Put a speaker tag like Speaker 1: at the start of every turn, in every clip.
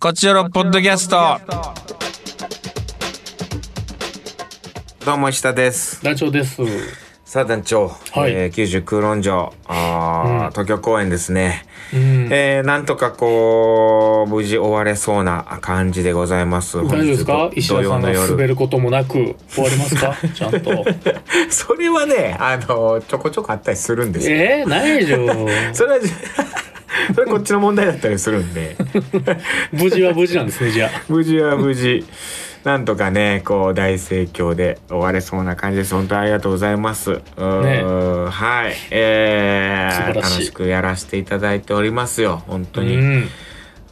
Speaker 1: こちらのポッドキャスト。
Speaker 2: どうも石田です。
Speaker 3: 団長です。
Speaker 2: さあ団長、
Speaker 3: はい
Speaker 2: えー九州空論城あー、東京公演ですね。
Speaker 3: うん。
Speaker 2: えーなんとかこう無事終われそうな感じでございます。
Speaker 3: 大丈夫ですか
Speaker 2: 本日
Speaker 3: 石田さんが滑ることもなく終わります かちゃんと。
Speaker 2: それはね、あのちょこちょこあったりするんですよ。
Speaker 3: えー、ないでしょ。
Speaker 2: それはそれこっちの問題だったりするんで、
Speaker 3: 無事は無事なんですね、じゃあ。
Speaker 2: 無事は無事。なんとかね、こう大盛況で終われそうな感じです。本当にありがとうございます。うーんはい、え
Speaker 3: 素
Speaker 2: ー
Speaker 3: 晴ら
Speaker 2: 楽
Speaker 3: しい
Speaker 2: しくやらせていただいておりますよ。本当
Speaker 3: う
Speaker 2: に。
Speaker 3: ん。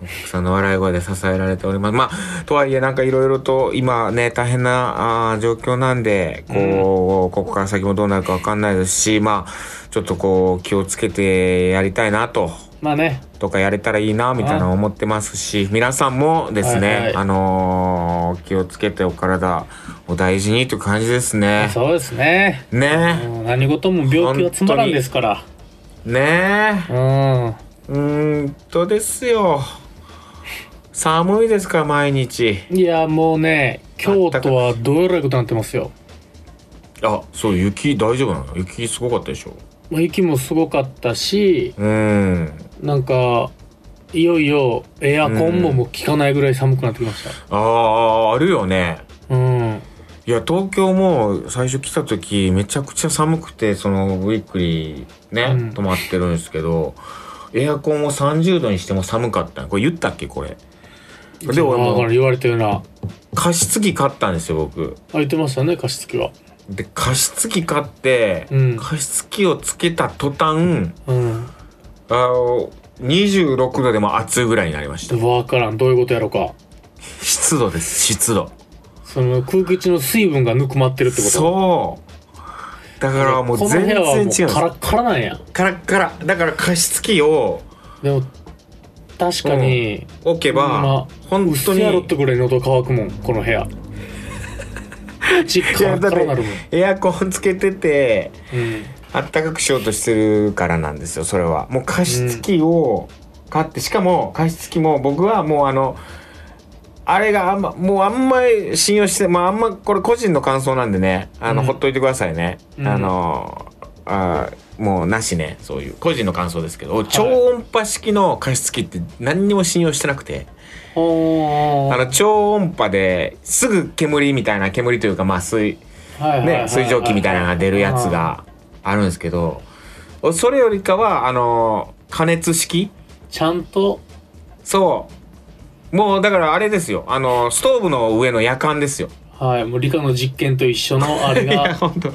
Speaker 2: 奥さんの笑い声で支えられております。まあ、とはいえ、なんかいろいろと今ね、大変なあー状況なんで、こう、ここから先もどうなるかわかんないですし、まあ、ちょっとこう、気をつけてやりたいなと、
Speaker 3: まあね、
Speaker 2: とかやれたらいいな、みたいなの思ってますし、皆さんもですね、
Speaker 3: はいはい
Speaker 2: あのー気をつけてお体を大事にという感じですね。
Speaker 3: そうですね。う
Speaker 2: ね
Speaker 3: ん何事も病気はつまらんですから。
Speaker 2: ね
Speaker 3: うん。
Speaker 2: うーんとですよ。寒いですから、毎日。
Speaker 3: いや、もうね、京都はどうやらいことになってますよ。
Speaker 2: あ、そう、雪大丈夫なの雪すごかったでしょ
Speaker 3: まあ雪もすごかったし、
Speaker 2: うーん。
Speaker 3: なんか、いよいよエアコンももう効かないぐらい寒くなってきまし
Speaker 2: ああ、あるよね。
Speaker 3: た。うん。
Speaker 2: いや、東京も最初来た時、めちゃくちゃ寒くて、その、ウィークリーね、
Speaker 3: うん
Speaker 2: 泊まってるんですけど、エアコンを30度にしても寒かったのこれ言ったっけこれ。で、
Speaker 3: だか
Speaker 2: 俺
Speaker 3: ら
Speaker 2: も
Speaker 3: 言われたような。
Speaker 2: 加湿器買ったんですよ、僕。
Speaker 3: あ言ってましたね加湿器は
Speaker 2: で、加湿器買って、
Speaker 3: うん
Speaker 2: 加湿器をつけた途端、
Speaker 3: うん
Speaker 2: あの、26度でも暑いぐらいになりまし
Speaker 3: ち
Speaker 2: た
Speaker 3: ょっ。と分からんどういうことやろうか
Speaker 2: 湿度です、湿度。
Speaker 3: その空気中の水分がぬくまってるってこと
Speaker 2: そうだ
Speaker 3: だ
Speaker 2: からもう全然違うんです
Speaker 3: この部屋はもうカラッカラなんや
Speaker 2: カラッカラだから加湿器を
Speaker 3: でも確かに、
Speaker 2: 置け
Speaker 3: ほ
Speaker 2: ば
Speaker 3: んま
Speaker 2: 本当
Speaker 3: うっせやろっ
Speaker 2: に
Speaker 3: てぐらい喉乾くもんこの部屋ちカラッカラなるもん、
Speaker 2: エアコンつけてて
Speaker 3: うん、
Speaker 2: あったかくしようとしてるからなんですよそれはもう加湿器を買って、しかも加湿器も僕はもうあのあれがあんまもうあんまり信用してまああんまこれ個人の感想なんでねあの、
Speaker 3: うん
Speaker 2: ほっといてくださいね、
Speaker 3: うん
Speaker 2: あのあーもうなしねそういう個人の感想ですけど、超音波式の加湿器って何にも信用してなくて
Speaker 3: おー
Speaker 2: あの超音波ですぐ煙みたいな煙というかまあ水
Speaker 3: はいはいはいは
Speaker 2: ね、
Speaker 3: い
Speaker 2: 水蒸気みたいなのが出るやつがあるんですけど、それよりかは、あの、加熱式
Speaker 3: ちゃんと
Speaker 2: そう。もうだからあれですよ。あの、ストーブの上の夜間ですよ。
Speaker 3: はいもう理科の実験と一緒のあれ
Speaker 2: いや、
Speaker 3: が
Speaker 2: 本当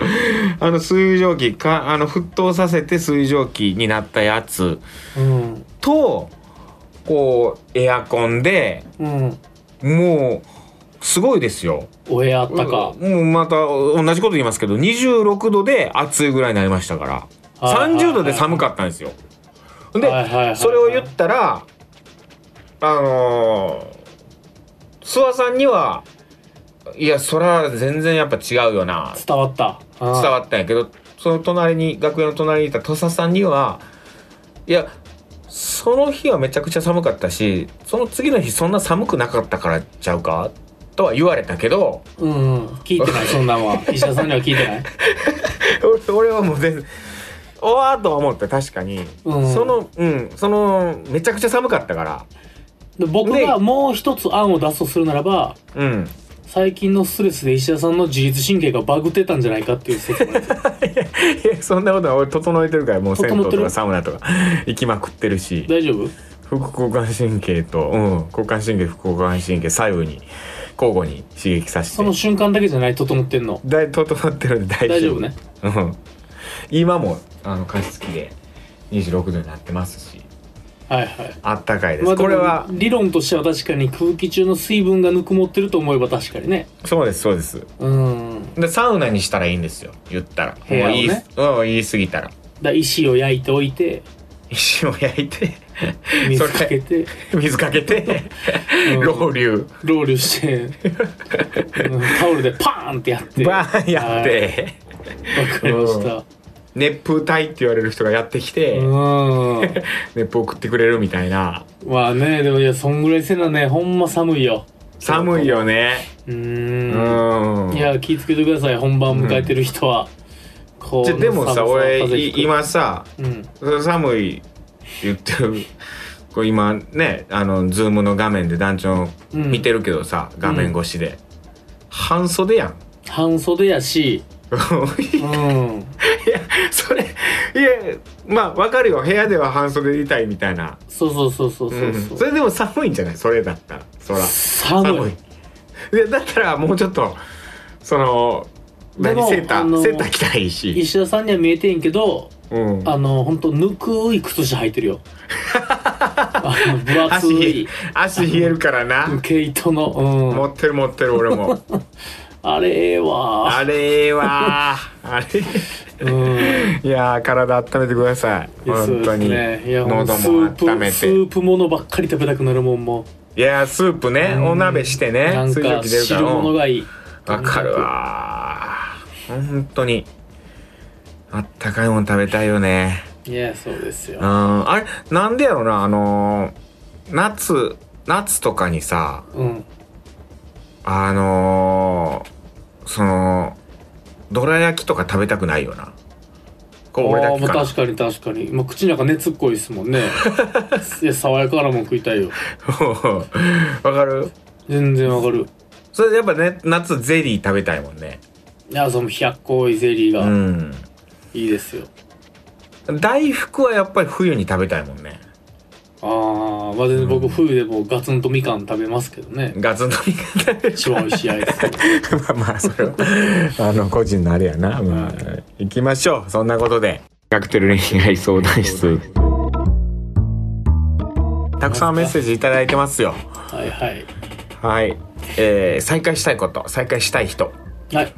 Speaker 2: あの、水蒸気か、あの、沸騰させて水蒸気になったやつ
Speaker 3: うん
Speaker 2: と、こう、エアコンで、
Speaker 3: うん
Speaker 2: もう、すごいですよ。
Speaker 3: お部屋あったか、
Speaker 2: うんもうまた同じこと言いますけど、26度で暑いぐらいになりましたから。
Speaker 3: はいはいはい
Speaker 2: 30度で寒かったんですよ。で、
Speaker 3: はいはいはいはい
Speaker 2: それを言ったら、あのー、諏訪さんには、いや、そら全然やっぱ違うよな、
Speaker 3: 伝わった伝
Speaker 2: 伝わったんやけど、その隣に、楽屋の隣にいた土佐さんには、いや、その日はめちゃくちゃ寒かったし、その次の日そんな寒くなかったからちゃうかとは言われたけど、
Speaker 3: うんうん、聞いてないそんな んは医者さんには聞いてない
Speaker 2: 俺 俺はもう全然おわーとは思った確かに、
Speaker 3: うん
Speaker 2: そのうんそのめちゃくちゃ寒かったから
Speaker 3: で僕がもう一つ案を出すとするならば
Speaker 2: うん
Speaker 3: 最近のストレスで石田さんの自律神経がバグってたんじゃないかってい う説もある
Speaker 2: いやそんなことは俺整えてるからもう銭
Speaker 3: 整
Speaker 2: 湯
Speaker 3: って
Speaker 2: と
Speaker 3: る
Speaker 2: かサウナとか 行きまくってるし
Speaker 3: 大丈夫
Speaker 2: 副交感神経と、うん、交感神経副交感神経左右に交互に刺激させ
Speaker 3: その
Speaker 2: て
Speaker 3: 瞬間だけじゃない整ってんの
Speaker 2: だい整ってるんで大
Speaker 3: 大
Speaker 2: 丈夫
Speaker 3: 丈夫ね
Speaker 2: うん今もあの加湿器で26度になってますし
Speaker 3: はいはい、
Speaker 2: あったかいです、
Speaker 3: まあ、
Speaker 2: これは
Speaker 3: でも理論としては確かに空気中の水分がぬくもってると思えば確かにね
Speaker 2: そうですそうです
Speaker 3: うん
Speaker 2: でサウナにしたらいいんですよ言ったらもう
Speaker 3: 部屋を
Speaker 2: 言い,、
Speaker 3: ね
Speaker 2: うん、言い過ぎたら
Speaker 3: だ石を焼いておいて
Speaker 2: 石を焼いて
Speaker 3: 水かけて、
Speaker 2: 水かけて
Speaker 3: うん
Speaker 2: ロウリュ
Speaker 3: ロー ルして、うんタオルでパーンってやって
Speaker 2: バーンやっ
Speaker 3: はい
Speaker 2: て、
Speaker 3: わかりました、
Speaker 2: 熱風隊って言われる人がやってきて、
Speaker 3: う。
Speaker 2: 熱風送ってくれるみたいなん
Speaker 3: まあね、でもいや、そんぐらいせなね、ほんま寒いよ。
Speaker 2: 寒いよね
Speaker 3: う
Speaker 2: う
Speaker 3: ーん。
Speaker 2: ん
Speaker 3: いや、気ぃつけてください、本番迎えてる人は。こ
Speaker 2: じゃでもさ俺い、今さ
Speaker 3: 寒さ
Speaker 2: 寒いって言ってるこう今ねあのズームの画面で団長
Speaker 3: うん
Speaker 2: 見てるけどさ、画面越しで、半袖やん
Speaker 3: 風邪ひくうん。半袖やし、うん。
Speaker 2: いや それいやまあわかるよ部屋では半袖でいたいみたいな
Speaker 3: そうそうそうそうそううんそ。
Speaker 2: そうれでも寒いんじゃないそれだったらそら
Speaker 3: 寒い。
Speaker 2: いやだったらもうちょっとその
Speaker 3: でも
Speaker 2: 何セータ
Speaker 3: あの
Speaker 2: ーセーター着たいし、
Speaker 3: 石田さんには見えてんけど、
Speaker 2: うん、
Speaker 3: あの、ほんと、ぬくい靴下履いて るよ。あの分厚
Speaker 2: 足冷え
Speaker 3: い、
Speaker 2: 足冷えるからな
Speaker 3: 毛糸の、うん。
Speaker 2: 持ってる持ってる俺 も
Speaker 3: あれええわ
Speaker 2: あれええわあれ
Speaker 3: うん。
Speaker 2: いやー体温めてください本当に、
Speaker 3: そうですねいやもう
Speaker 2: 喉
Speaker 3: ス
Speaker 2: も
Speaker 3: ープ
Speaker 2: 温め
Speaker 3: ス
Speaker 2: て
Speaker 3: ープものばっかり食べたくなるもんも
Speaker 2: いやースープねお鍋して
Speaker 3: う
Speaker 2: ね
Speaker 3: なん
Speaker 2: 水蒸
Speaker 3: か
Speaker 2: 気出るから
Speaker 3: 汁物がいい
Speaker 2: わかるわー本当にあったかいもん食べたいよね
Speaker 3: いやそうですよ
Speaker 2: うんあれなんでやろなあのー夏夏とかにさ
Speaker 3: うん
Speaker 2: あのーそのどら焼きとか食べたくないよなこれ俺だ
Speaker 3: ああ
Speaker 2: け
Speaker 3: まあ
Speaker 2: か
Speaker 3: 確かに確かに、まあ、口の中熱っこいですも んねいや爽やかなもん食いたいよ
Speaker 2: な わかる
Speaker 3: 全然わかる
Speaker 2: それやっぱね夏ゼリー食べたいもんね
Speaker 3: いやその百個いゼリー
Speaker 2: う
Speaker 3: が
Speaker 2: ん
Speaker 3: いいですよ、
Speaker 2: 大福はやっぱり冬に食べたいもんね
Speaker 3: ああまあ全然僕冬でもガツンとみかん食べますけどね
Speaker 2: ガツンとみかん食べる
Speaker 3: 一番美味しいアイス
Speaker 2: まあまあそれはあの個人のあれやなまあ行きましょうそんなことでカクテル恋愛相談室たくさんメッセージいただいてますよ
Speaker 3: はいはい
Speaker 2: はい、えー再会したいこと再会したい人
Speaker 3: はい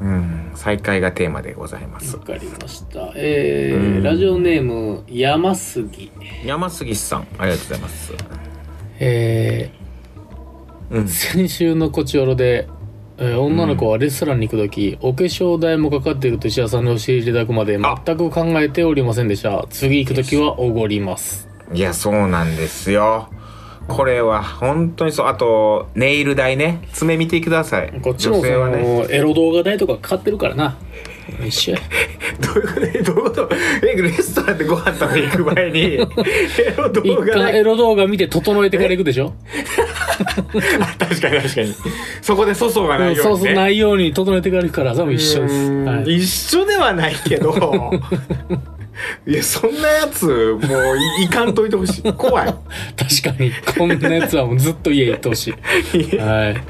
Speaker 2: うん再会がテーマでございます
Speaker 3: わかりましたえーラジオネーム山杉
Speaker 2: 山杉さんありがとうございます
Speaker 3: えー
Speaker 2: うん
Speaker 3: 先週のこちおろで、えー女の子はレストランに行く時、お化粧代もかかっていると石田さんに教えていただくまで
Speaker 2: あ
Speaker 3: 全く考えておりませんでした次行く時はおごります
Speaker 2: いやそうなんですよこれは本当にそうあとネイル代ね爪見てください
Speaker 3: こっちも
Speaker 2: 女性はね
Speaker 3: そのエロ動画代とかかかってるからな一 緒や
Speaker 2: どういうことどういうことえレストランでご飯食べに行く前にエロ
Speaker 3: 一
Speaker 2: 動画な
Speaker 3: 回エ
Speaker 2: い
Speaker 3: ロ動画見て整えてから行くでしょ
Speaker 2: 確かに確かにそこで粗相が
Speaker 3: う
Speaker 2: なんいよ
Speaker 3: そうう
Speaker 2: に
Speaker 3: そう
Speaker 2: ね
Speaker 3: ないように整えてから行くからそれも一緒で
Speaker 2: う
Speaker 3: す、
Speaker 2: ーん
Speaker 3: はい
Speaker 2: 一緒ではないけど いやそんなやつもういいかんといてほしい 怖い
Speaker 3: 確かにこんなやつはもうずっと家行ってほしいはい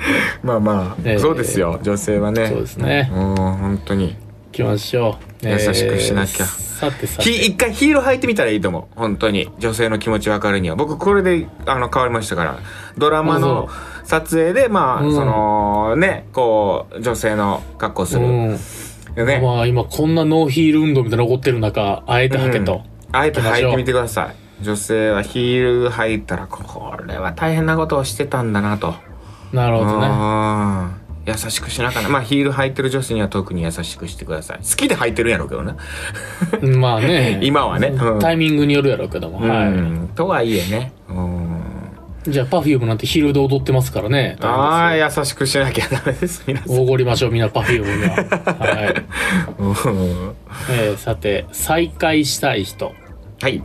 Speaker 2: まあまあ、
Speaker 3: ええ
Speaker 2: そうですよ女性はね
Speaker 3: そうですね
Speaker 2: うん本当に
Speaker 3: 行きましょう、
Speaker 2: 優しくしなきゃ
Speaker 3: さてさ
Speaker 2: ひ
Speaker 3: て
Speaker 2: 一回ヒール履いてみたらいいと思う本当に女性の気持ちわかるには僕これであの変わりましたからドラマの撮影でまあ、
Speaker 3: うん
Speaker 2: そのねこう女性の格好する、
Speaker 3: うん
Speaker 2: よね、
Speaker 3: まあ今こんなノーヒール運動みたいなの起こってる中あえて履けと、
Speaker 2: あえて履いてみてください女性はヒール履いたらこれは大変なことをしてたんだなと
Speaker 3: なるほどね
Speaker 2: あー優しくしなかったまあヒール履いてる女性には特に優しくしてください好きで履いてるんやろうけどね
Speaker 3: うんまあね
Speaker 2: 今はねうん
Speaker 3: タイミングによるやろうけども、は
Speaker 2: うんとはいえねうん
Speaker 3: いじゃあ Perfume なんてヒールで踊ってますからね
Speaker 2: ああ優しくしなきゃダメです皆さん
Speaker 3: おごりましょうみんな Perfume にははい、
Speaker 2: うん
Speaker 3: えーさて再会したい人
Speaker 2: はい。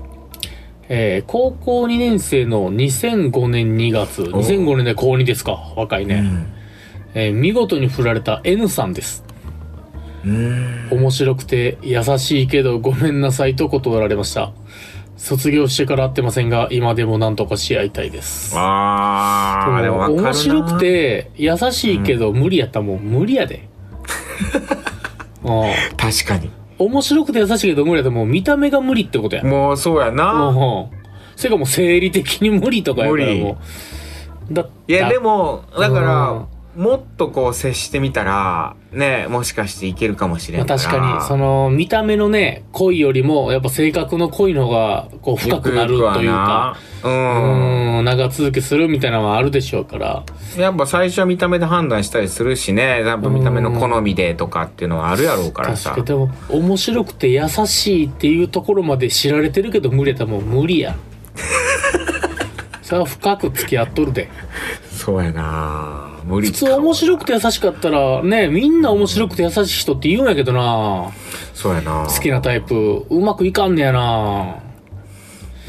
Speaker 3: えー高校2年生の2005年2月2005年で高2ですか若いね、えー見事に振られた N さんです
Speaker 2: うん。
Speaker 3: 面白くて優しいけどごめんなさいと断られました卒業してから会ってませんが今でも何とかし合いたいです
Speaker 2: ああ、でもわかるな
Speaker 3: 面白く。て優しいけど無理やったらもう無理 やでうん
Speaker 2: 確かに。
Speaker 3: 面白くて優しいけど無理やったらもう見た目が無理ってことや
Speaker 2: もうそうやな。
Speaker 3: うんそれかもう生理的に無理とかやから
Speaker 2: 無理
Speaker 3: もうだ
Speaker 2: いや、でも、だか
Speaker 3: うん
Speaker 2: ら、もっとこう接してみたら、ね、もしかしていけるかもしれ
Speaker 3: まあ、
Speaker 2: んから。
Speaker 3: 確かに、その、見た目のね、恋よりも、やっぱ性格の恋の方が、こう、深くなるというか、
Speaker 2: よくよく
Speaker 3: う
Speaker 2: はな。
Speaker 3: ーん、長続きするみたいなのはあるでしょうから、
Speaker 2: うん。やっぱ最初は見た目で判断したりするしね、やっぱ見た目の好みでとかっていうのはあるやろうから
Speaker 3: 確
Speaker 2: さ
Speaker 3: か。に、でも、面白くて優しいっていうところまで知られてるけど、無理やったらもう無 理や。それは深く付き合っとるで。
Speaker 2: そうやな無理
Speaker 3: 普通面白くて優しかったら、ね、みんな面白くて優しい人って言うんやけどな
Speaker 2: そうやな
Speaker 3: 好きなタイプ、うまくいかんねやな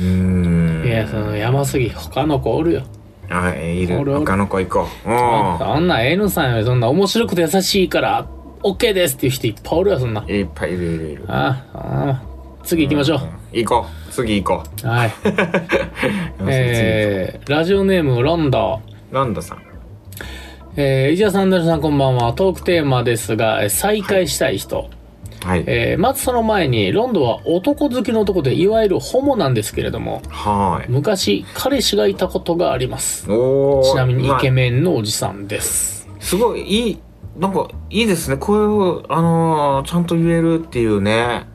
Speaker 2: うーん。
Speaker 3: いや、その、山杉、他の子おるよ。
Speaker 2: あ、いる。
Speaker 3: おるおる
Speaker 2: 他の子行こう。う。
Speaker 3: あんな N さんよりそんな面白くて優しいから OK ですっていう人いっぱいおるよそんなん
Speaker 2: いっぱいいるいるいる。
Speaker 3: ああ次行きましょう、
Speaker 2: 行こう。次行こう。
Speaker 3: はい えー、ラジオネームロンド
Speaker 2: ランドさん。
Speaker 3: えー、石田さん、ダルさんこんばんは。トークテーマですが、えー再会したい人。
Speaker 2: はい。
Speaker 3: えーまずその前に、ロンドは男好きの男で、いわゆるホモなんですけれども、
Speaker 2: はーい。
Speaker 3: 昔、彼氏がいたことがあります。
Speaker 2: おー
Speaker 3: ちなみにイ
Speaker 2: まあ
Speaker 3: ケメンのおじさんです。
Speaker 2: すごいいいなんかいいですねこれをあのーちゃんと言えるっていうね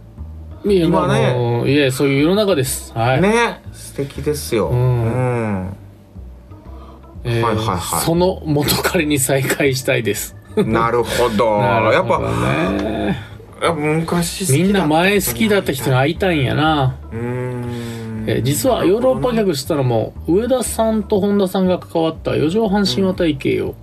Speaker 3: い
Speaker 2: 今
Speaker 3: や、
Speaker 2: ね
Speaker 3: まああのいや、そういう世の中です。はい。
Speaker 2: ね素敵ですよ
Speaker 3: ん
Speaker 2: うん
Speaker 3: えー
Speaker 2: はいはいはい
Speaker 3: その元彼に再会したいです。
Speaker 2: なるほ どやっぱ
Speaker 3: ね。
Speaker 2: やっぱ昔好き
Speaker 3: み
Speaker 2: だ
Speaker 3: んな前好きだった人に会いたいんやな。
Speaker 2: うーん
Speaker 3: えー実はヨーロッパ客したのも、上田さんと本田さんが関わった四畳半神話体系を、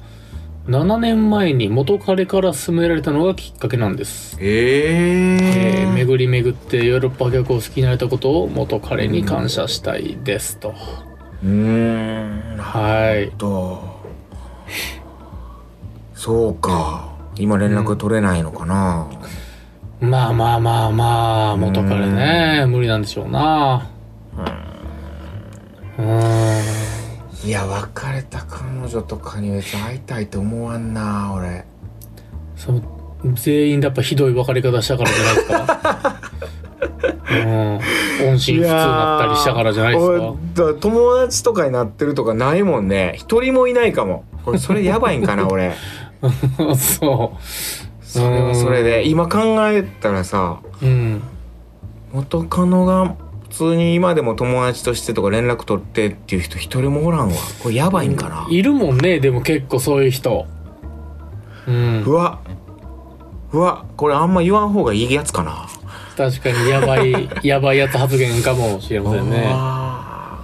Speaker 3: 7年前に元彼から勧められたのがきっかけなんです。
Speaker 2: え
Speaker 3: えー
Speaker 2: ー、
Speaker 3: 巡り巡ってヨーロッパ客を好きになれたことを元彼に感謝したいですと。
Speaker 2: うーんなる
Speaker 3: はい
Speaker 2: ほ。どそうか今連絡取れないのかな、
Speaker 3: まあまあまあまあ、元彼ね、無理なんでしょうな。うーん。
Speaker 2: いや別れた彼女とかに別に会いたいと思わんな俺
Speaker 3: その全員でやっぱひどい別れ方したからじゃないですか。うん。音信不通になったりしたからじゃないです
Speaker 2: いや
Speaker 3: か。
Speaker 2: ー俺だ友達とかになってるとかないもんね一人もいないかもこれそれやばいんか な俺
Speaker 3: そ
Speaker 2: それはそれで今考えたらさ
Speaker 3: う。うん。
Speaker 2: 元カノが普通に今でも友達としてとか連絡取ってっていう人一人もおらんわこれやばいんかな、
Speaker 3: いるもんね、でも結構そういう人。うん
Speaker 2: う。わうわこれあんま言わん方がいいやつかな、
Speaker 3: 確かにやば い、やばいやつ発言かもしれませんね。
Speaker 2: あ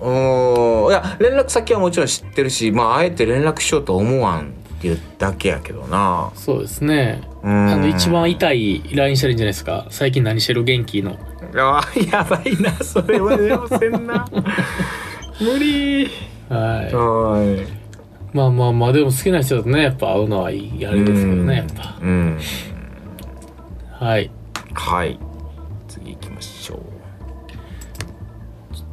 Speaker 2: ーおーいや連絡先はもちろん知ってるしまああえて連絡しようと思わんっていうだけやけどな
Speaker 3: そうですね。
Speaker 2: うん
Speaker 3: あの、一番痛い LINE したらいいんじゃないですか。最近何してる元気の。
Speaker 2: あーやばいなそれはでもせんな無理
Speaker 3: はい。
Speaker 2: は
Speaker 3: まあまあまあ、でも好きな人だとね、やっぱ会うのはいい、あ
Speaker 2: い
Speaker 3: れですけどね、やっぱ。
Speaker 2: うん
Speaker 3: はい。
Speaker 2: はい次行きましょう次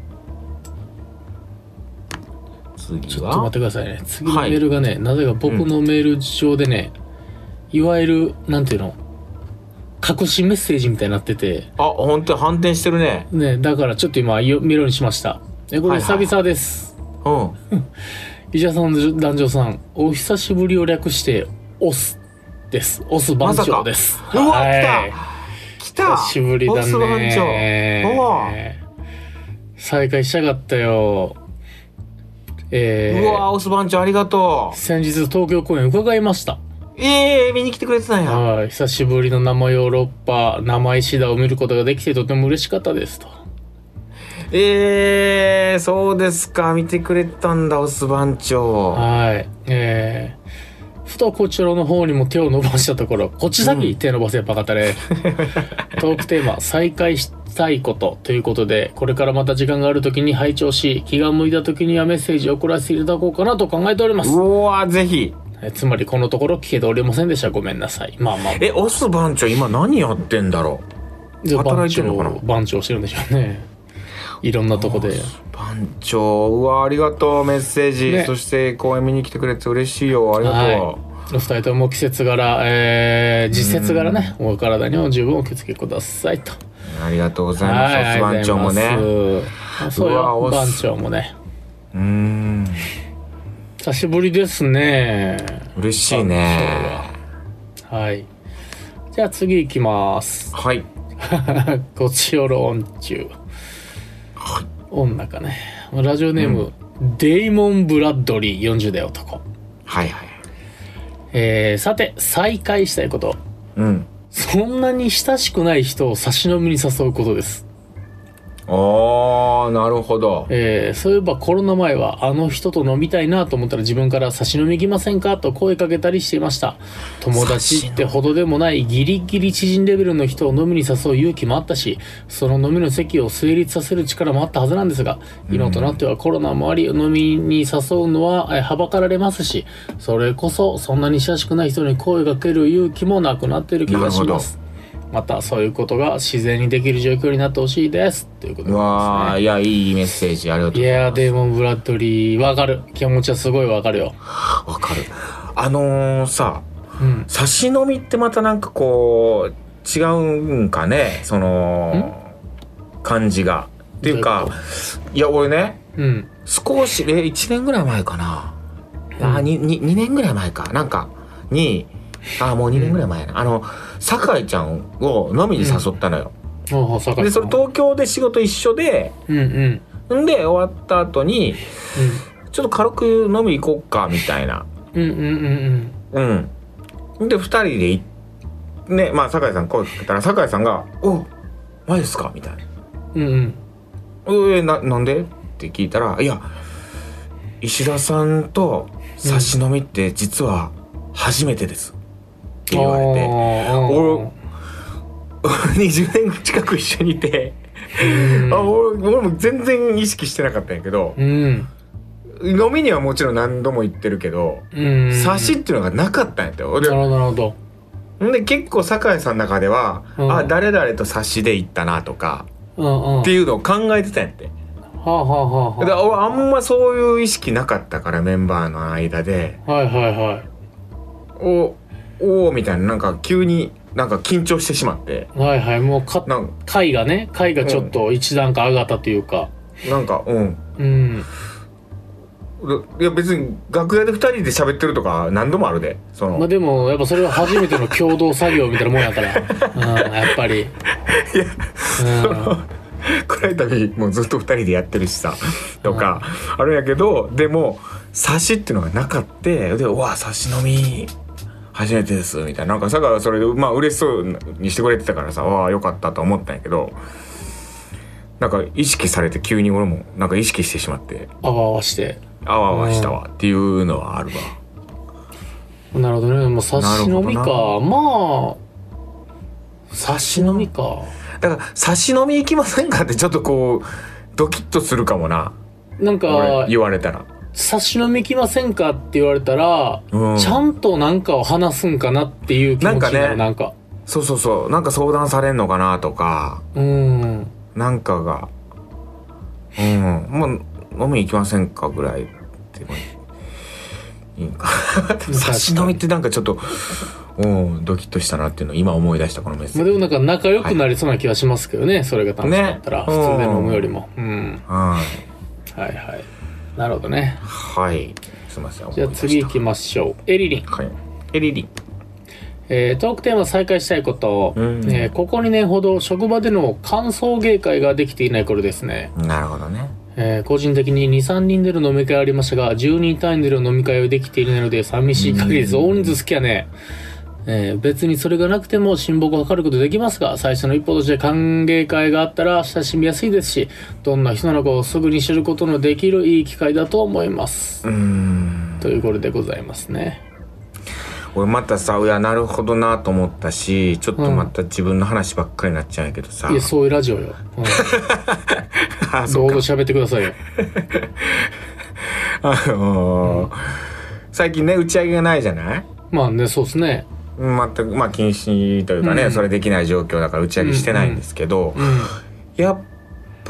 Speaker 3: ちょっと待
Speaker 2: は
Speaker 3: ってくださいね。次の
Speaker 2: はい
Speaker 3: メールがね、なぜか僕のメール上でね、いわゆる、なんていうの、隠しメッセージみたいになってて、
Speaker 2: あ本当に反転してるね
Speaker 3: ね、だからちょっと今、よメールにしました。え、こ
Speaker 2: は
Speaker 3: れ
Speaker 2: いは
Speaker 3: 久
Speaker 2: い
Speaker 3: 々です。
Speaker 2: うん
Speaker 3: 石田さん、男女さん、お久しぶりを略して、オスです。オス番長です。
Speaker 2: うわ
Speaker 3: はい
Speaker 2: 来た
Speaker 3: 久しぶりだね。
Speaker 2: オス番長
Speaker 3: 再会したかったよ。
Speaker 2: お
Speaker 3: え
Speaker 2: うう
Speaker 3: ー
Speaker 2: わオス番長ありがと
Speaker 3: 先日東京公演伺いました。
Speaker 2: うええ見に来てくれてたんや
Speaker 3: はい、久しぶりの生ヨーロッパ、生石田を見ることができてとても嬉しかったですと。
Speaker 2: ええそうですか見てくれたんだオス番長
Speaker 3: はい、えー、ふとこちらの方にも手を伸ばしたところ、こっち先、手伸ばせバカ タレ。トークテーマ、再開したいことということで、これからまた時間がある時に拝聴し、気が向いた時にはメッセージを送らせていただこうかなと考えております。
Speaker 2: うわぜひ
Speaker 3: えつまりこのところ聞けておりませんでした。ごめんなさい。まあまあ、
Speaker 2: えオス番長今何やってんだろ
Speaker 3: じゃあ番
Speaker 2: 働いてんのかな
Speaker 3: 長、番長してるんでしょうね。いろんなとこで。
Speaker 2: う番長うわありがとうメッセージ、
Speaker 3: ね
Speaker 2: そして公演見に来てくれて嬉しいよありが
Speaker 3: は
Speaker 2: と
Speaker 3: い。お二人とも季節柄、えー、実節柄ね、お体にも十分お気をつけくださいと。
Speaker 2: う、ありがとうございます、
Speaker 3: はい、
Speaker 2: オス番長も
Speaker 3: ありがと
Speaker 2: ね
Speaker 3: うございますそう
Speaker 2: うわ
Speaker 3: よ、
Speaker 2: おっ
Speaker 3: 番長もね。
Speaker 2: うーん
Speaker 3: 久しぶりですね。
Speaker 2: 嬉しいね。
Speaker 3: はい。じゃあ次行きます。
Speaker 2: はい。
Speaker 3: ごちよろ音中。女かね。ラジオネーム、デイモン・ブラッドリー40代男。
Speaker 2: はいはい。
Speaker 3: えー、さて、再会したいこと。
Speaker 2: うん。
Speaker 3: そんなに親しくない人を差し飲みに誘うことです。
Speaker 2: ああ、なるほど。
Speaker 3: えーそういえばコロナ前はあの人と飲みたいなと思ったら自分から差し飲み行きませんかと声かけたりしていました友達ってほどでもないギリギリ知人レベルの人を飲みに誘う勇気もあったしその飲みの席を成立させる力もあったはずなんですが今となってはコロナもあり飲みに誘うのはえーはばかられますしそれこそそんなに親しくない人に声かける勇気もなくなっている気がしますまたそういうことが自然にできる状況になってほしいですということで
Speaker 2: う
Speaker 3: すね
Speaker 2: わあ、いや、いいメッセージありがとう
Speaker 3: い
Speaker 2: ござ
Speaker 3: や
Speaker 2: い
Speaker 3: ー、
Speaker 2: ます。
Speaker 3: デーモン・ブラッドリー、わかる。気持ちはすごいわかるよ。
Speaker 2: わかる。あのー、さ、
Speaker 3: うん。
Speaker 2: 差し飲みってまたなんかこう、違うんかねその、感じが。っていうか
Speaker 3: どう、
Speaker 2: いや、俺ね、
Speaker 3: うん。
Speaker 2: 少し、え、1年ぐらい前かな。
Speaker 3: うん
Speaker 2: あ、にに2年ぐらい前か。なんか、に、あ、もう2年ぐらい前やな。あの、酒井ちゃんを飲みに誘ったのよ。
Speaker 3: おう坂井
Speaker 2: で、
Speaker 3: さ
Speaker 2: そ
Speaker 3: ん
Speaker 2: れ東京で仕事一緒で、
Speaker 3: うんうん。うん。
Speaker 2: んで、終わった後に、ちょっと軽く飲み行こっか、みたいな。
Speaker 3: うんうんうん
Speaker 2: うん。で、二人で行っね、まあ、酒井さん声かけたら、酒井さんが、おマジですかみたいな。
Speaker 3: うん。うんうん。
Speaker 2: えーな、なんでって聞いたら、いや、石田さんと差し飲みって実は初めてです。って言われて、
Speaker 3: お
Speaker 2: 20年近く一緒にいて、
Speaker 3: ー
Speaker 2: あ俺俺も全然意識してなかったんやけど、
Speaker 3: うん。
Speaker 2: 飲みにはもちろん何度も行ってるけど、
Speaker 3: うん。
Speaker 2: 差しっていうのがなかったんやったよ。で
Speaker 3: なるほど、なるほど。
Speaker 2: で結構酒井さんの中では、
Speaker 3: うん
Speaker 2: あ誰々と差しで行ったなとか
Speaker 3: うんうん。
Speaker 2: っていうのを考えてたんやって
Speaker 3: はあ、はあはあ
Speaker 2: だから俺あんまそういう意識なかったからメンバーの間で
Speaker 3: はあ、はいはいはい。
Speaker 2: おおーみたいななんか急になんか緊張してしまって
Speaker 3: はいはい。もうか、
Speaker 2: なん
Speaker 3: 回がね、回がちょっと一段階上がったというか。
Speaker 2: なんかうん
Speaker 3: うん。
Speaker 2: いや別に楽屋で2人で喋ってるとか何度もあるでその、
Speaker 3: まあでも、やっぱそれは初めての共同作業みたいなもんやから。うん、やっ ぱり。いや。
Speaker 2: 暗い旅もうずっと2人でやってるしさとかあるんやけどでも差しっていうのがなかってで「うわ差し飲み初めてです」みたいななんかさがそれでまあ嬉しそうにしてくれてたからさ「わあよかった」と思ったんやけどなんか意識されて急に俺もなんか意識してしまって
Speaker 3: あわあわして。
Speaker 2: あわあわしたわっていうのはあるわ。
Speaker 3: なるほどね。もう差し飲み
Speaker 2: なる
Speaker 3: か。まあ、
Speaker 2: 差
Speaker 3: 差
Speaker 2: し
Speaker 3: し
Speaker 2: 飲
Speaker 3: 飲
Speaker 2: み
Speaker 3: みか。
Speaker 2: だから差し飲み行きませんかってちょっとこうドキッとするかもな
Speaker 3: なんか
Speaker 2: 俺、言われたら。
Speaker 3: 差し飲み来ませんかって言われたら、
Speaker 2: うん
Speaker 3: ちゃんとなんかを話すんかなっていう気持ちになる。
Speaker 2: な
Speaker 3: なんか,、
Speaker 2: そうそうそうなんか相談されんのかなとか
Speaker 3: うん。
Speaker 2: なんかが、うん、もう飲み行きませんかぐらいでもいいんか。差し飲みってなんかちょっと、うん、ドキッとしたなっていうのを今思い出したこのメッセ
Speaker 3: ま
Speaker 2: ー
Speaker 3: あで
Speaker 2: ジ。
Speaker 3: もなんか仲良くなりそうな気はしますけどね。それが楽しかったら、
Speaker 2: ね
Speaker 3: 普通で飲むよりも。うん。
Speaker 2: はい。
Speaker 3: はいはい。なるほどね。
Speaker 2: はい。すいません。
Speaker 3: じゃあ次行きましょう。エリリン。
Speaker 2: 思い出した。はい。エリリ。
Speaker 3: えートークテーマ再開したいこと、
Speaker 2: うん
Speaker 3: えーここ2年ほど職場での歓送迎会ができていない頃ですね、
Speaker 2: なるほどね。
Speaker 3: えー個人的に23人での飲み会ありましたが10人単位での飲み会はできていないので寂しい限りです大人数好きやね、えー別にそれがなくても親睦を図ることできますが最初の一歩として歓迎会があったら親しみやすいですしどんな人なのかをすぐに知ることのできるいい機会だと思います、
Speaker 2: うーん。
Speaker 3: ということでございますね
Speaker 2: 俺またさ、いや、なるほどなと思ったし、ちょっとまた自分の話ばっかりになっちゃうんやけどさ。
Speaker 3: いやそういうラジオよ、 うん、
Speaker 2: あ、
Speaker 3: ど
Speaker 2: そうう
Speaker 3: ぞ
Speaker 2: か。
Speaker 3: 喋ってくださいよ
Speaker 2: あのー最近ね、打ち上げがないじゃない
Speaker 3: まあね、そうですね。
Speaker 2: 全くまあ禁止というかね、
Speaker 3: うん
Speaker 2: それできない状況だから打ち上げしてないんですけど、
Speaker 3: うん。
Speaker 2: やっ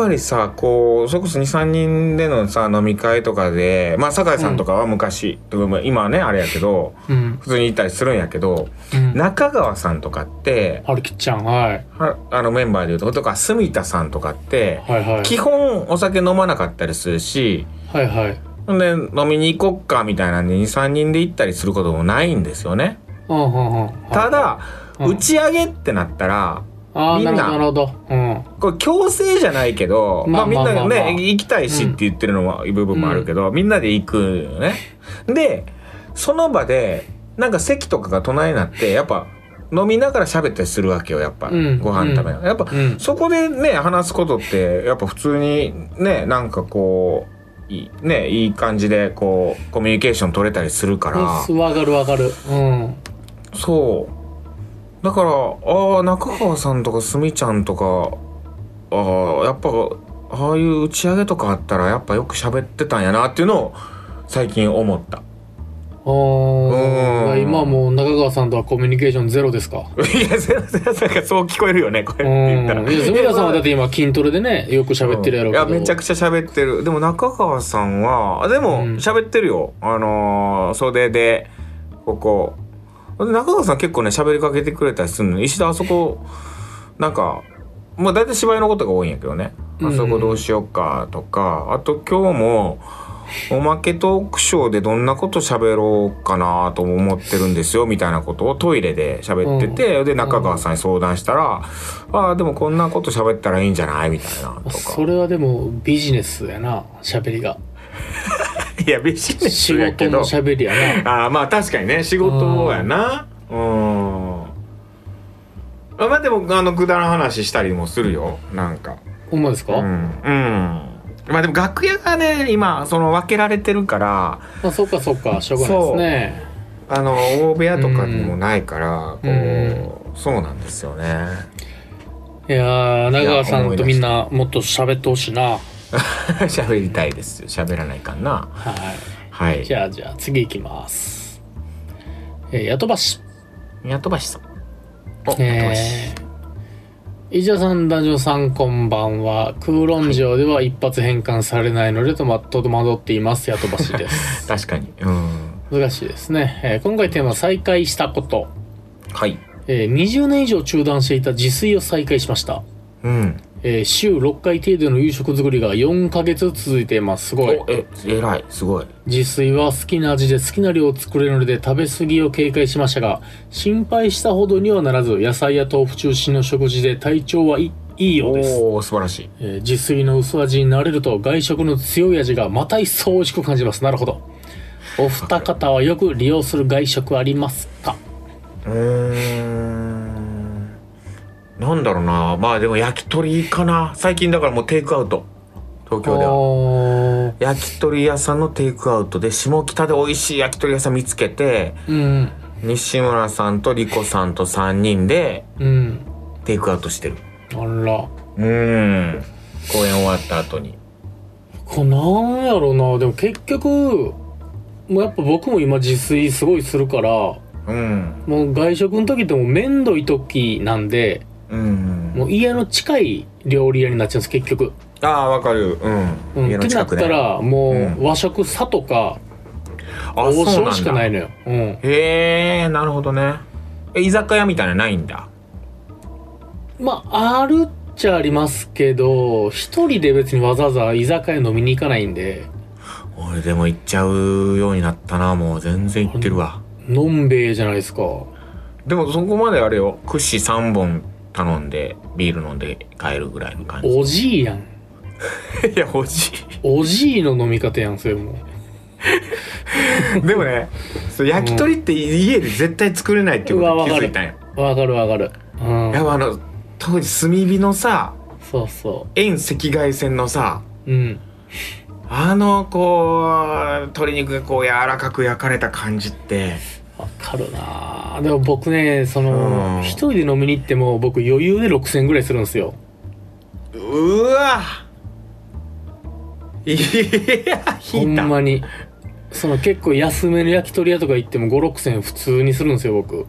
Speaker 2: ぱりさこうそれこそ23人でのさ飲み会とかでまあ酒井さんとかは昔、まあ今はねあれやけど
Speaker 3: うん。
Speaker 2: 普通にいたりするんやけど
Speaker 3: うん。
Speaker 2: 中川さんとかって
Speaker 3: はるきちゃん、はい。
Speaker 2: はあのメンバーでいうととか住田さんとかって
Speaker 3: はいはい。
Speaker 2: 基本お酒飲まなかったりするし
Speaker 3: はいはい。
Speaker 2: ほんで、飲みに行こっかみたいなんで、2、3人で行ったりすることもないんですよね。
Speaker 3: うんうんうん。
Speaker 2: ただ、
Speaker 3: うん
Speaker 2: 打ち上げってなったら、
Speaker 3: ああ、
Speaker 2: みん
Speaker 3: な
Speaker 2: な
Speaker 3: るほど、なるほど。うん。
Speaker 2: これ強制じゃないけど、ま
Speaker 3: まあ
Speaker 2: あみんな
Speaker 3: まあ
Speaker 2: が
Speaker 3: まあまあ
Speaker 2: ね、行きたいしって言ってるのは部分もあるけど、みんなで行くよね。で、その場で、なんか席とかが隣になって、やっぱ飲みながら喋ったりするわけよ、やっぱ。
Speaker 3: うん
Speaker 2: ご飯食べながら。やっぱ、
Speaker 3: うん。
Speaker 2: そこでね、話すことって、やっぱ普通にね、なんかこう、いいね、いい感じでこう、コミュニケーション取れたりするから。
Speaker 3: わかるわかる。うん。
Speaker 2: そうだからああ中川さんとかすみちゃんとかああやっぱああいう打ち上げとかあったらやっぱよく喋ってたんやなっていうのを最近思った
Speaker 3: お
Speaker 2: うん
Speaker 3: 今もう中川さんとはコミュニケーションゼロですか。
Speaker 2: いやすいませんなんかそう聞こえるよねこ
Speaker 3: う
Speaker 2: れって言
Speaker 3: ん。い
Speaker 2: ったら
Speaker 3: や、住田さんはだって今筋トレでね、よく喋ってるやろうけど。
Speaker 2: いやめちゃくちゃ喋ってるでも中川さんはで
Speaker 3: う
Speaker 2: も
Speaker 3: ん
Speaker 2: 喋ってるよ、あのー袖でここで中川さん結構ね喋りかけてくれたりするの石田あそこなんかまあ大体芝居のことが多いんやけどねあそこどうしようかとか、あと今日もおまけトークショーでどんなこと喋ろうかなとも思ってるんですよみたいなことをトイレで喋ってて、で中川さんに相談したら「ああでもこんなこと喋ったらいいんじゃない?」みたいなとか
Speaker 3: それはでもビジネスやな、喋りが。
Speaker 2: いやビジネ
Speaker 3: 仕
Speaker 2: スや
Speaker 3: 事
Speaker 2: け
Speaker 3: の
Speaker 2: ど
Speaker 3: 喋りやな。
Speaker 2: ああまあ確かにね仕事やなうんあまあでもあのくだらん話したりもするよなんか
Speaker 3: ほんまですか、
Speaker 2: うん、うん、まあでも楽屋がね今その分けられてるから
Speaker 3: まあ、そうかそうか、しょうがないですね。
Speaker 2: あの大部屋とかにもないから、
Speaker 3: うん
Speaker 2: こう、そうなんですよね
Speaker 3: いやー、中川さんとみんなもっと喋ってほしいな。
Speaker 2: 喋りたいです喋らないかんな
Speaker 3: はい。
Speaker 2: はい
Speaker 3: じゃあじゃあ次行きます。えー、ヤトバシ。
Speaker 2: 宮飛ばしさんお宮飛ばし
Speaker 3: えー伊者さん、ダジョさん、こんばんは。空論上では一発変換されないので、とま、とどまどっています。ヤトバシ です。
Speaker 2: 確かにうん
Speaker 3: 難しいですね。えー今回テーマは再開したこと。
Speaker 2: はい
Speaker 3: えー20年以上中断していた自炊を再開しました。
Speaker 2: うん
Speaker 3: えー週6回程度の夕食作りが4ヶ月続いています。すごい
Speaker 2: お。え偉いすごい
Speaker 3: 自炊は好きな味で好きな量を作れるので食べ過ぎを警戒しましたが心配したほどにはならず野菜や豆腐中心の食事で体調はいいいいようです、
Speaker 2: おお素晴らしい
Speaker 3: えー自炊の薄味になれると外食の強い味がまた一層美味しく感じますなるほどお二方はよく利用する外食ありますか
Speaker 2: うーんなんだろうなまあでも焼き鳥かな最近だからもうテイクアウト東京では
Speaker 3: は
Speaker 2: 焼き鳥屋さんのテイクアウトで下北で美味しい焼き鳥屋さん見つけて
Speaker 3: うん
Speaker 2: 西村さんとリコさんと3人で
Speaker 3: うん
Speaker 2: テイクアウトしてる
Speaker 3: あら
Speaker 2: うーん公演終わった後に
Speaker 3: これなんやろうなでも結局もうやっぱ僕も今自炊すごいするから
Speaker 2: うん
Speaker 3: もう外食の時ってもう面倒い時なんで、
Speaker 2: うん
Speaker 3: もう家の近い料理屋になっちゃうんです、結局。
Speaker 2: ああわかるうん、
Speaker 3: うん、
Speaker 2: 家
Speaker 3: っ
Speaker 2: の
Speaker 3: てな
Speaker 2: 近
Speaker 3: っ
Speaker 2: く
Speaker 3: た
Speaker 2: ね
Speaker 3: ら、もううん和食さとか、
Speaker 2: あ
Speaker 3: 王
Speaker 2: そう
Speaker 3: 将
Speaker 2: な
Speaker 3: し
Speaker 2: ん
Speaker 3: かな
Speaker 2: だ
Speaker 3: いのよ。うん。
Speaker 2: へえなるほどねえ居酒屋みたいなのないんだ
Speaker 3: まあ、あるっちゃありますけど、一人で別にわざわざ居酒屋飲みに行かないんで、
Speaker 2: 俺でも行っちゃうようになったなもう全然行ってるわ
Speaker 3: のんべえじゃないですか。
Speaker 2: でもそこまであれよ串3本頼んでビール飲んで帰るぐらいの感じ
Speaker 3: おじいやん。
Speaker 2: いや欲し
Speaker 3: おじいの飲み方やん、それもう。
Speaker 2: いでもねそう焼き鳥って家で絶対作れないっていうことに気づいたんや
Speaker 3: わかるわかる。うん。
Speaker 2: やっぱあの当時炭火のさ
Speaker 3: そうそ
Speaker 2: 遠赤外線のさ
Speaker 3: う。うん。
Speaker 2: あのこう鶏肉がこう柔らかく焼かれた感じって
Speaker 3: わかるなぁでも僕ねそ
Speaker 2: うん
Speaker 3: の一人で飲みに行っても僕余裕で6000ぐらいするんですよ
Speaker 2: うわいや
Speaker 3: ほん
Speaker 2: 引いた
Speaker 3: まにその結構安めの焼き鳥屋とか行っても56000普通にするんですよ僕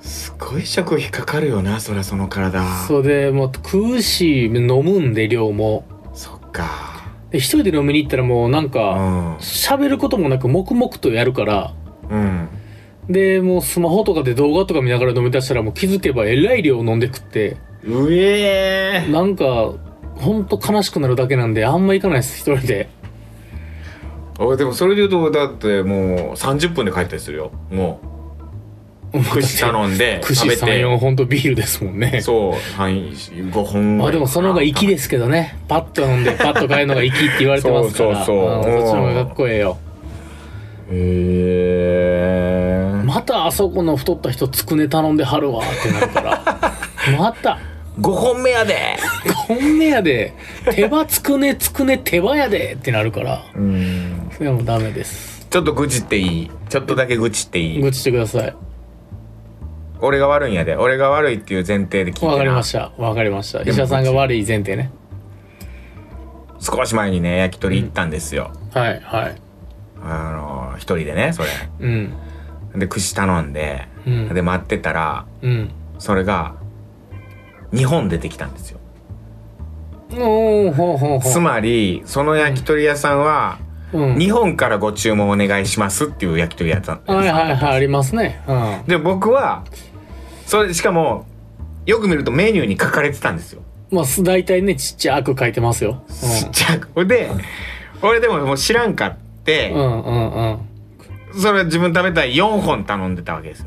Speaker 2: すごい食費かかるよなそりゃその体
Speaker 3: それでもう食うし飲むんで量も
Speaker 2: そっか
Speaker 3: で一人で飲みに行ったらもうなん
Speaker 2: う
Speaker 3: か
Speaker 2: ん
Speaker 3: 喋ることもなく黙々とやるから
Speaker 2: うん
Speaker 3: でもうスマホとかで動画とか見ながら飲み出したらもう気づけばえらい量飲んで食って
Speaker 2: うえー
Speaker 3: なんかほんと悲しくなるだけなんであんま行かないです一人で
Speaker 2: 俺でもそれで言うとだってもう30分で帰ったりするよもう串頼んで食
Speaker 3: 串
Speaker 2: べて
Speaker 3: 34本とビールですもんね
Speaker 2: そうはい5本ぐら
Speaker 3: ま
Speaker 2: い
Speaker 3: あでもその方が粋ですけどねパッと飲んでパッと帰るのが粋って言われてますから
Speaker 2: そうそうそう
Speaker 3: うんっちの方がかっこええよ
Speaker 2: へえ
Speaker 3: またあそこの太った人つくね頼んではるわってなるか らまた
Speaker 2: 5本目やで
Speaker 3: こんねやで手羽つくねつくね手羽やでってなるから
Speaker 2: うん
Speaker 3: それはもうダメです
Speaker 2: ちょっと愚痴っていいちょっとだけ愚痴っていい
Speaker 3: 愚痴してください
Speaker 2: 俺が悪いんやで俺が悪いっていう前提で聞いてな
Speaker 3: わかりましたわかりました医者さんが悪い前提ね
Speaker 2: 少し前にね焼き鳥行ったんですよ、
Speaker 3: はいはい
Speaker 2: あの一人でねそれ
Speaker 3: うん
Speaker 2: で串頼んで、
Speaker 3: うん
Speaker 2: で待ってたら
Speaker 3: うん
Speaker 2: それが2本出てきたんですよ
Speaker 3: おおほうほうほう
Speaker 2: つまりその焼き鳥屋さんは
Speaker 3: うん
Speaker 2: 2本からご注文お願いしますっていう焼き鳥屋さん
Speaker 3: はいはいはいありますねうん
Speaker 2: で僕はそれしかもよく見るとメニューに書かれてたんですよ
Speaker 3: まあ、す大体ね、ちっちゃく書いてますよ。
Speaker 2: ちっちゃくほんで俺でももう知らんかっ
Speaker 3: う
Speaker 2: て
Speaker 3: ん、うん、うん、うん。
Speaker 2: それ自分食べたい4本頼んでたわけですよ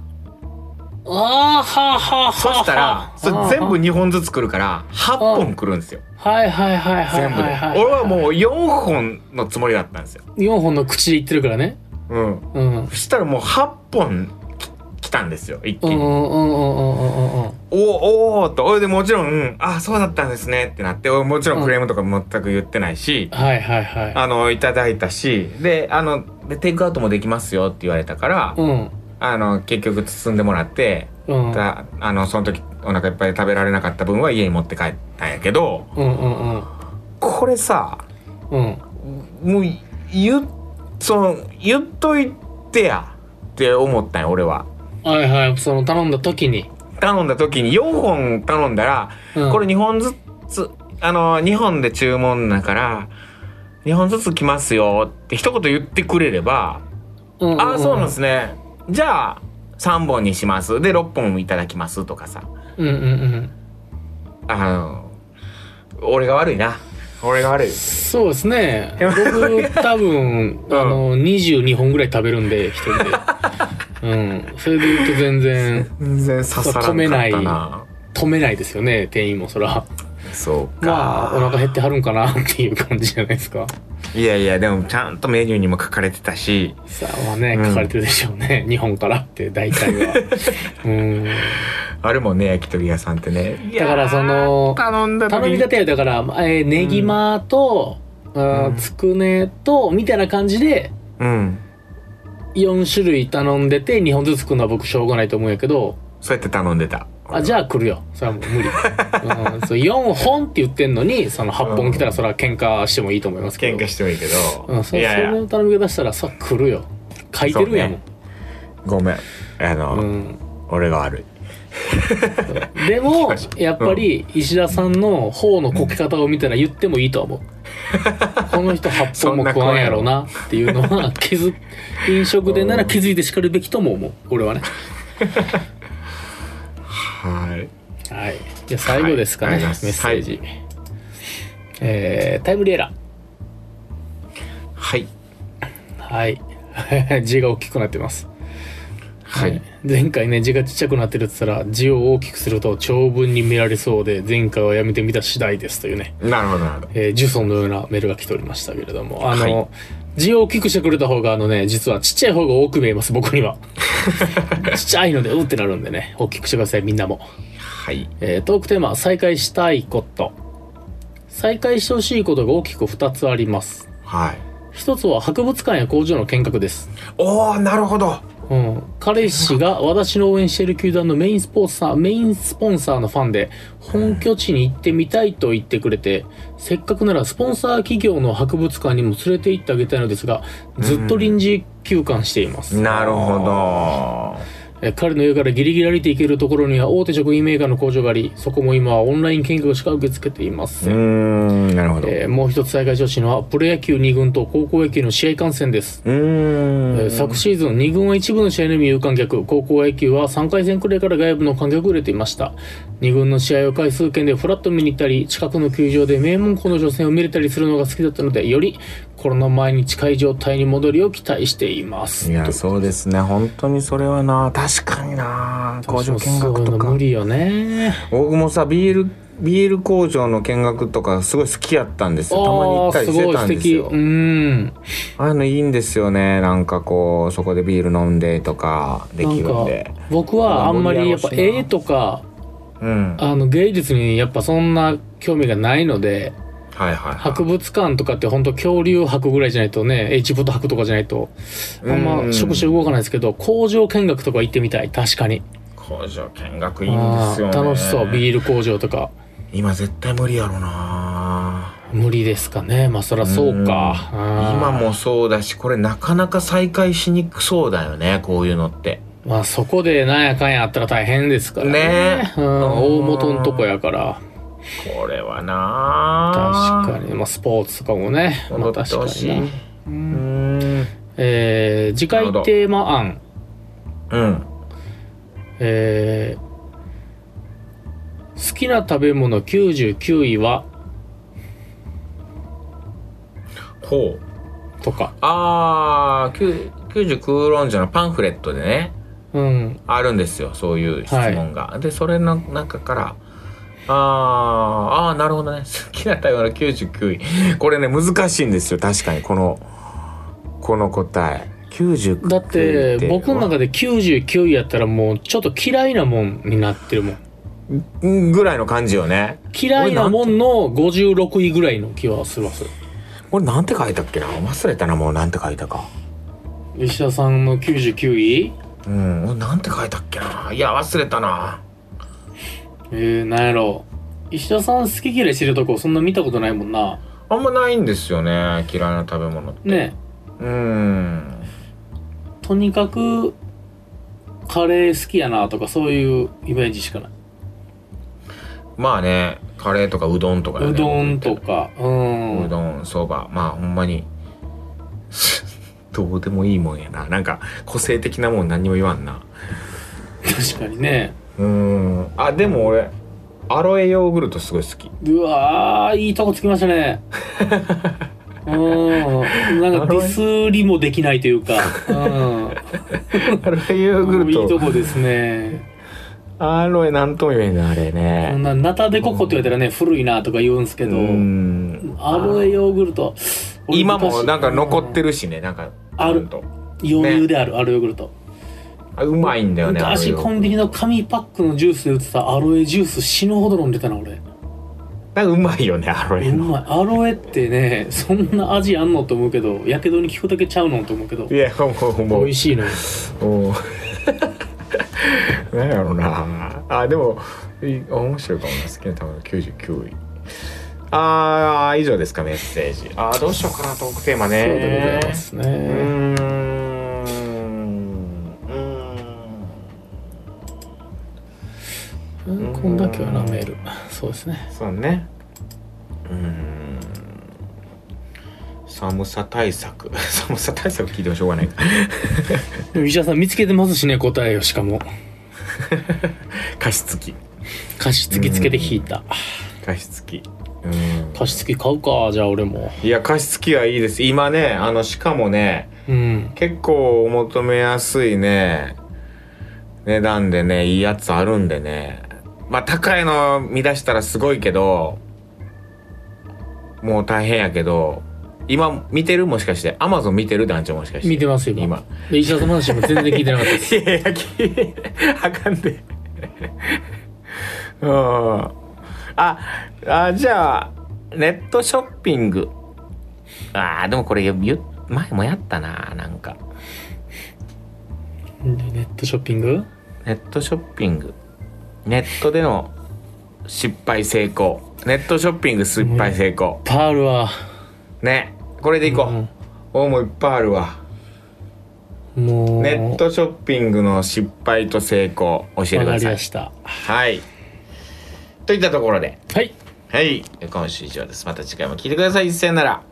Speaker 3: あーはあ、はあ、はあ。
Speaker 2: そしたらそれ全部2本ずつ来るから8本来るんですよ
Speaker 3: はいはいはいはい
Speaker 2: 全部で
Speaker 3: はい
Speaker 2: 俺
Speaker 3: はい。
Speaker 2: はもう4本のつもりだったんですよ
Speaker 3: 4本の口で言ってるからね。
Speaker 2: うん
Speaker 3: うん。
Speaker 2: そしたらもう8本き来たんですよ一気
Speaker 3: うんう
Speaker 2: に、
Speaker 3: んうんうんうんうんうん。
Speaker 2: おおおーっとおいでもちろん、うんあそうだったんですねってなっておもちろんクレームとか全く言ってないし、
Speaker 3: はいはいはい。
Speaker 2: あのいただいたしであのでテイクアウトもできますよって言われたから、
Speaker 3: うん。
Speaker 2: あの結局包んでもらって、
Speaker 3: うん。
Speaker 2: たあのその時お腹いっぱい食べられなかった分は家に持って帰ったんやけど
Speaker 3: うんうんうん。
Speaker 2: これさ
Speaker 3: うん。
Speaker 2: もう言っその言っといてやって思ったんよ俺は。
Speaker 3: はいはい。その頼んだ時に。
Speaker 2: 頼んだ時に4本頼んだら、
Speaker 3: うん
Speaker 2: これ2本ずつあの2本で注文だから2本ずつ来ますよって一言言ってくれれば
Speaker 3: うん
Speaker 2: 「
Speaker 3: うんうん、
Speaker 2: ああそうなんですねじゃあ3本にします」で6本いただきますとかさ
Speaker 3: うんうんうん。
Speaker 2: あの俺が悪いな俺が悪い
Speaker 3: そうです ね。僕、多分、あの、22本ぐらい食べるんで、一人 で。うん。それで言うと全然。
Speaker 2: 全然刺さらんか
Speaker 3: 止めな
Speaker 2: ったない
Speaker 3: 止めないですよね店員もそら
Speaker 2: そうか、
Speaker 3: まあお腹減ってはるんかなっていう感じじゃないですか
Speaker 2: いやいやでもちゃんとメニューにも書かれてたし
Speaker 3: さあまあね
Speaker 2: うん
Speaker 3: 書かれてるでしょうね、 日本からって大 体はうん
Speaker 2: あるもんね焼き鳥屋さんってね
Speaker 3: だからその
Speaker 2: いやー頼んだ時
Speaker 3: 頼み
Speaker 2: に
Speaker 3: 立てはだから、えー、ネギマと、
Speaker 2: う
Speaker 3: あー
Speaker 2: ん
Speaker 3: つくねとみたいな感じで
Speaker 2: うん
Speaker 3: 4種類頼んでて2本ずつ来るのは僕しょうがないと思うんやけど
Speaker 2: そうやって頼んでた。
Speaker 3: あじゃあ来るよそれはもう 無理、うん、そう4本って言ってんのにその8本来たらそれは喧嘩してもいいと思いますけど
Speaker 2: 喧嘩してもいいけ
Speaker 3: う
Speaker 2: ど。
Speaker 3: ん、そ
Speaker 2: い
Speaker 3: い
Speaker 2: やい
Speaker 3: そ
Speaker 2: や、
Speaker 3: の頼み方したらさ来るよ書いてるやもん
Speaker 2: ごめん。あの、
Speaker 3: う、
Speaker 2: 俺が悪い。
Speaker 3: ん、でもやっぱり石田さんの頬のこき方を見たら言ってもいいとは 思うこの人8本も食わんやろうなっていうのは気 づ飲食店なら気づいてしかるべきとも思う俺はね
Speaker 2: はい。
Speaker 3: はいじゃあ最後ですかね、
Speaker 2: はい
Speaker 3: メッセージ、えータイムリーエラ
Speaker 2: はい。
Speaker 3: ーはい 字が大きくなってます
Speaker 2: はい。
Speaker 3: 前回ね字がちっちゃくなってるって言ったら字を大きくすると長文に見られそうで前回はやめてみた次第ですというね、
Speaker 2: なるほど、なるほど。
Speaker 3: えー、ジュソンのようなメールが来ておりましたけれどもあの、
Speaker 2: はい
Speaker 3: 字を大きくしてくれた方があのね実はちっちゃい方が多く見えます 僕にはちっちゃいのでうってなるんでね大きくしてくださいみんなも、
Speaker 2: はい。
Speaker 3: えートークテーマ再開したいこと再開してほしいことが大きく2つあります
Speaker 2: はい。
Speaker 3: 一つは博物館や工場の見学です
Speaker 2: おー、なるほど。
Speaker 3: うん、彼氏が私の応援している球団のメインスポンサー、メインスポンサーのファンで、本拠地に行ってみたいと言ってくれて、せっかくならスポンサー企業の博物館にも連れて行ってあげたいのですが、ずっと臨時休館しています。
Speaker 2: なるほど。
Speaker 3: え彼の家からギリギリ歩いて行けるところには大手食品メーカーの工場があり、そこも今はオンライン見学しか受け付けていま
Speaker 2: うー
Speaker 3: せん。
Speaker 2: ん、なるほど。
Speaker 3: えーもう一つ大会女子のは、プロ野球2軍と高校野球の試合観戦です。
Speaker 2: うー
Speaker 3: えー
Speaker 2: ん。
Speaker 3: 昨シーズン2軍は一部の試合のみ有観客高校野球は3回戦くらいから外部の観客を入れていました2軍の試合を回数券でフラッと見に行ったり近くの球場で名門校の女性を見れたりするのが好きだったのでよりコロナ前に近い状態に戻りを期待しています。
Speaker 2: いや
Speaker 3: と
Speaker 2: そうですね本当にそれはな確かにな工場見学
Speaker 3: そうい
Speaker 2: と
Speaker 3: う
Speaker 2: か
Speaker 3: の無理よね。
Speaker 2: 僕もさビールビール工場の見学とかすごい好きやったんですよたまに行ったりしてたんです
Speaker 3: あーすごい素敵。
Speaker 2: よ
Speaker 3: うん。
Speaker 2: ああいうのいいんですよねなんかこうそこでビール飲んでとかで
Speaker 3: な
Speaker 2: き
Speaker 3: ん
Speaker 2: るん
Speaker 3: か
Speaker 2: で
Speaker 3: 僕はあんまりやっぱ絵とか
Speaker 2: うん
Speaker 3: あの芸術にやっぱそんな興味がないので
Speaker 2: はいはいはい
Speaker 3: 博物館とかって本当恐竜博ぐらいじゃないとね H ボタ博とかじゃないとあん
Speaker 2: う
Speaker 3: ま触手動かないですけど工場見学とか行ってみたい確かに
Speaker 2: 工場見学いいんで
Speaker 3: あ
Speaker 2: すよ
Speaker 3: ー
Speaker 2: ね
Speaker 3: 楽しそうビール工場とか
Speaker 2: 今絶対無理やろな
Speaker 3: 無理ですかねまあそらそうかあー
Speaker 2: 今もそうだしこれなかなか再開しにくそうだよねこういうのって
Speaker 3: まあそこでなんやかんやあったら大変ですからね
Speaker 2: ね
Speaker 3: うん、大元のとこやから
Speaker 2: これはな
Speaker 3: 確かに、まあ、スポーツとかもね、まあ、
Speaker 2: 戻って
Speaker 3: 確か
Speaker 2: ほし
Speaker 3: に
Speaker 2: いう、
Speaker 3: な
Speaker 2: ん
Speaker 3: えー次回
Speaker 2: なるほど
Speaker 3: テーマ案
Speaker 2: うん
Speaker 3: えー好きな食べ物99位は
Speaker 2: ほう
Speaker 3: とか
Speaker 2: ああ90空論者のパンフレットでね
Speaker 3: うん
Speaker 2: あるんですよそういう質問が、でそれの中からあーあーなるほどね 好きな食べ物99位これね難しいんですよ確かにこのこの答え99位
Speaker 3: だって僕の
Speaker 2: 中
Speaker 3: 中で99位やったらもうちょっと嫌いなもんになってるもん
Speaker 2: ぐらいの感じよね
Speaker 3: 嫌いなもんの56位ぐらいの気はするわする
Speaker 2: これなんて書いたっけな忘れたなもうなんて書いたか
Speaker 3: 石田さんの99位
Speaker 2: うん俺なんて書いたっけないや忘れたな
Speaker 3: えー、なんやろう石田さん好き嫌いしてるとこそんな見たことないもんな
Speaker 2: あんまないんですよね嫌いな食べ物って
Speaker 3: ねえ
Speaker 2: うん
Speaker 3: とにかくカレー好きやなとかそういうイメージしかない、
Speaker 2: まあねカレーとかうどんとかだよ
Speaker 3: う
Speaker 2: ね
Speaker 3: どんとかうん
Speaker 2: うどん、そば、まあほんまに、 どうでもいいもんやな。なんか、個性的なもん何にも言わんな。
Speaker 3: 確かにね
Speaker 2: うーん。あ、でも俺、アロエヨーグルトすごい好 き。
Speaker 3: うわーいいとこつきましたねうんなんかディスりもできない というか、
Speaker 2: ア
Speaker 3: う
Speaker 2: ロエヨー
Speaker 3: ん、いいとこですね
Speaker 2: アロエなんとも言えんな、あれ
Speaker 3: こ
Speaker 2: ね
Speaker 3: ん。なナタデココって言われたらね古いなとか言うんすけ
Speaker 2: う
Speaker 3: ど
Speaker 2: ん。
Speaker 3: アロエヨーグルト俺
Speaker 2: 今も
Speaker 3: 昔
Speaker 2: なんか残ってるしね、なんか、
Speaker 3: ある
Speaker 2: ちゃんと。
Speaker 3: 余裕である、アロエヨーグルト
Speaker 2: あうまいんだよね、アロエ
Speaker 3: 昔
Speaker 2: ヨーグルト
Speaker 3: コンビニの紙パックのジュースで売ってたアロエジュース死ぬほど飲んでたな俺
Speaker 2: なんかうまいよね、アロエ
Speaker 3: う
Speaker 2: の。
Speaker 3: まいアロエってねそんな味あんのと思うけどやけどに効くだけちゃうのと思うけど
Speaker 2: いや、もう、もう
Speaker 3: 美味、しいのよ
Speaker 2: お 何やろうなあでもいいあ面白いかもな好きな食べ物99位ああ以上ですかメッセージあーどうしようかなトークテーマ
Speaker 3: そう
Speaker 2: ね
Speaker 3: でございます
Speaker 2: う
Speaker 3: ね
Speaker 2: ーんう
Speaker 3: うんこんだけはなメールそうですね
Speaker 2: ーんそうねうーん寒さ対策 寒さ対策聞いてもしょうがないか
Speaker 3: でも石田さん見つけてますしね答えをしかも
Speaker 2: 加湿器
Speaker 3: 加湿器つけて引いた
Speaker 2: 加湿器うーん
Speaker 3: 加湿器買うかじゃあ俺も
Speaker 2: いや加湿器はいいです今ねあのしかもね
Speaker 3: うん
Speaker 2: 結構お求めやすいね値段でねいいやつあるんでねまあ高いの見出したらすごいけどもう大変やけど今見てるもしかしてアマゾン見てる団長もしかして
Speaker 3: 見てますよ
Speaker 2: 今
Speaker 3: で石田さんの話も全然聞いてなかった です
Speaker 2: いやいやきあかんで うんああじゃあネットショッピングあーでもこれ言う前もやったななんか
Speaker 3: でネットショッピング
Speaker 2: ネットショッピングネットでの失敗成功ネットショッピング失敗成功、
Speaker 3: パールは
Speaker 2: ねこれでいこう、
Speaker 3: うん
Speaker 2: おもういっぱいあるわ
Speaker 3: もう
Speaker 2: ネットショッピングの失敗と成功教えて
Speaker 3: わ
Speaker 2: くだ
Speaker 3: かり
Speaker 2: さ
Speaker 3: ま
Speaker 2: い
Speaker 3: した
Speaker 2: はいといったところで
Speaker 3: はい
Speaker 2: はい今週以上ですまた次回も聞いてくださいせよなら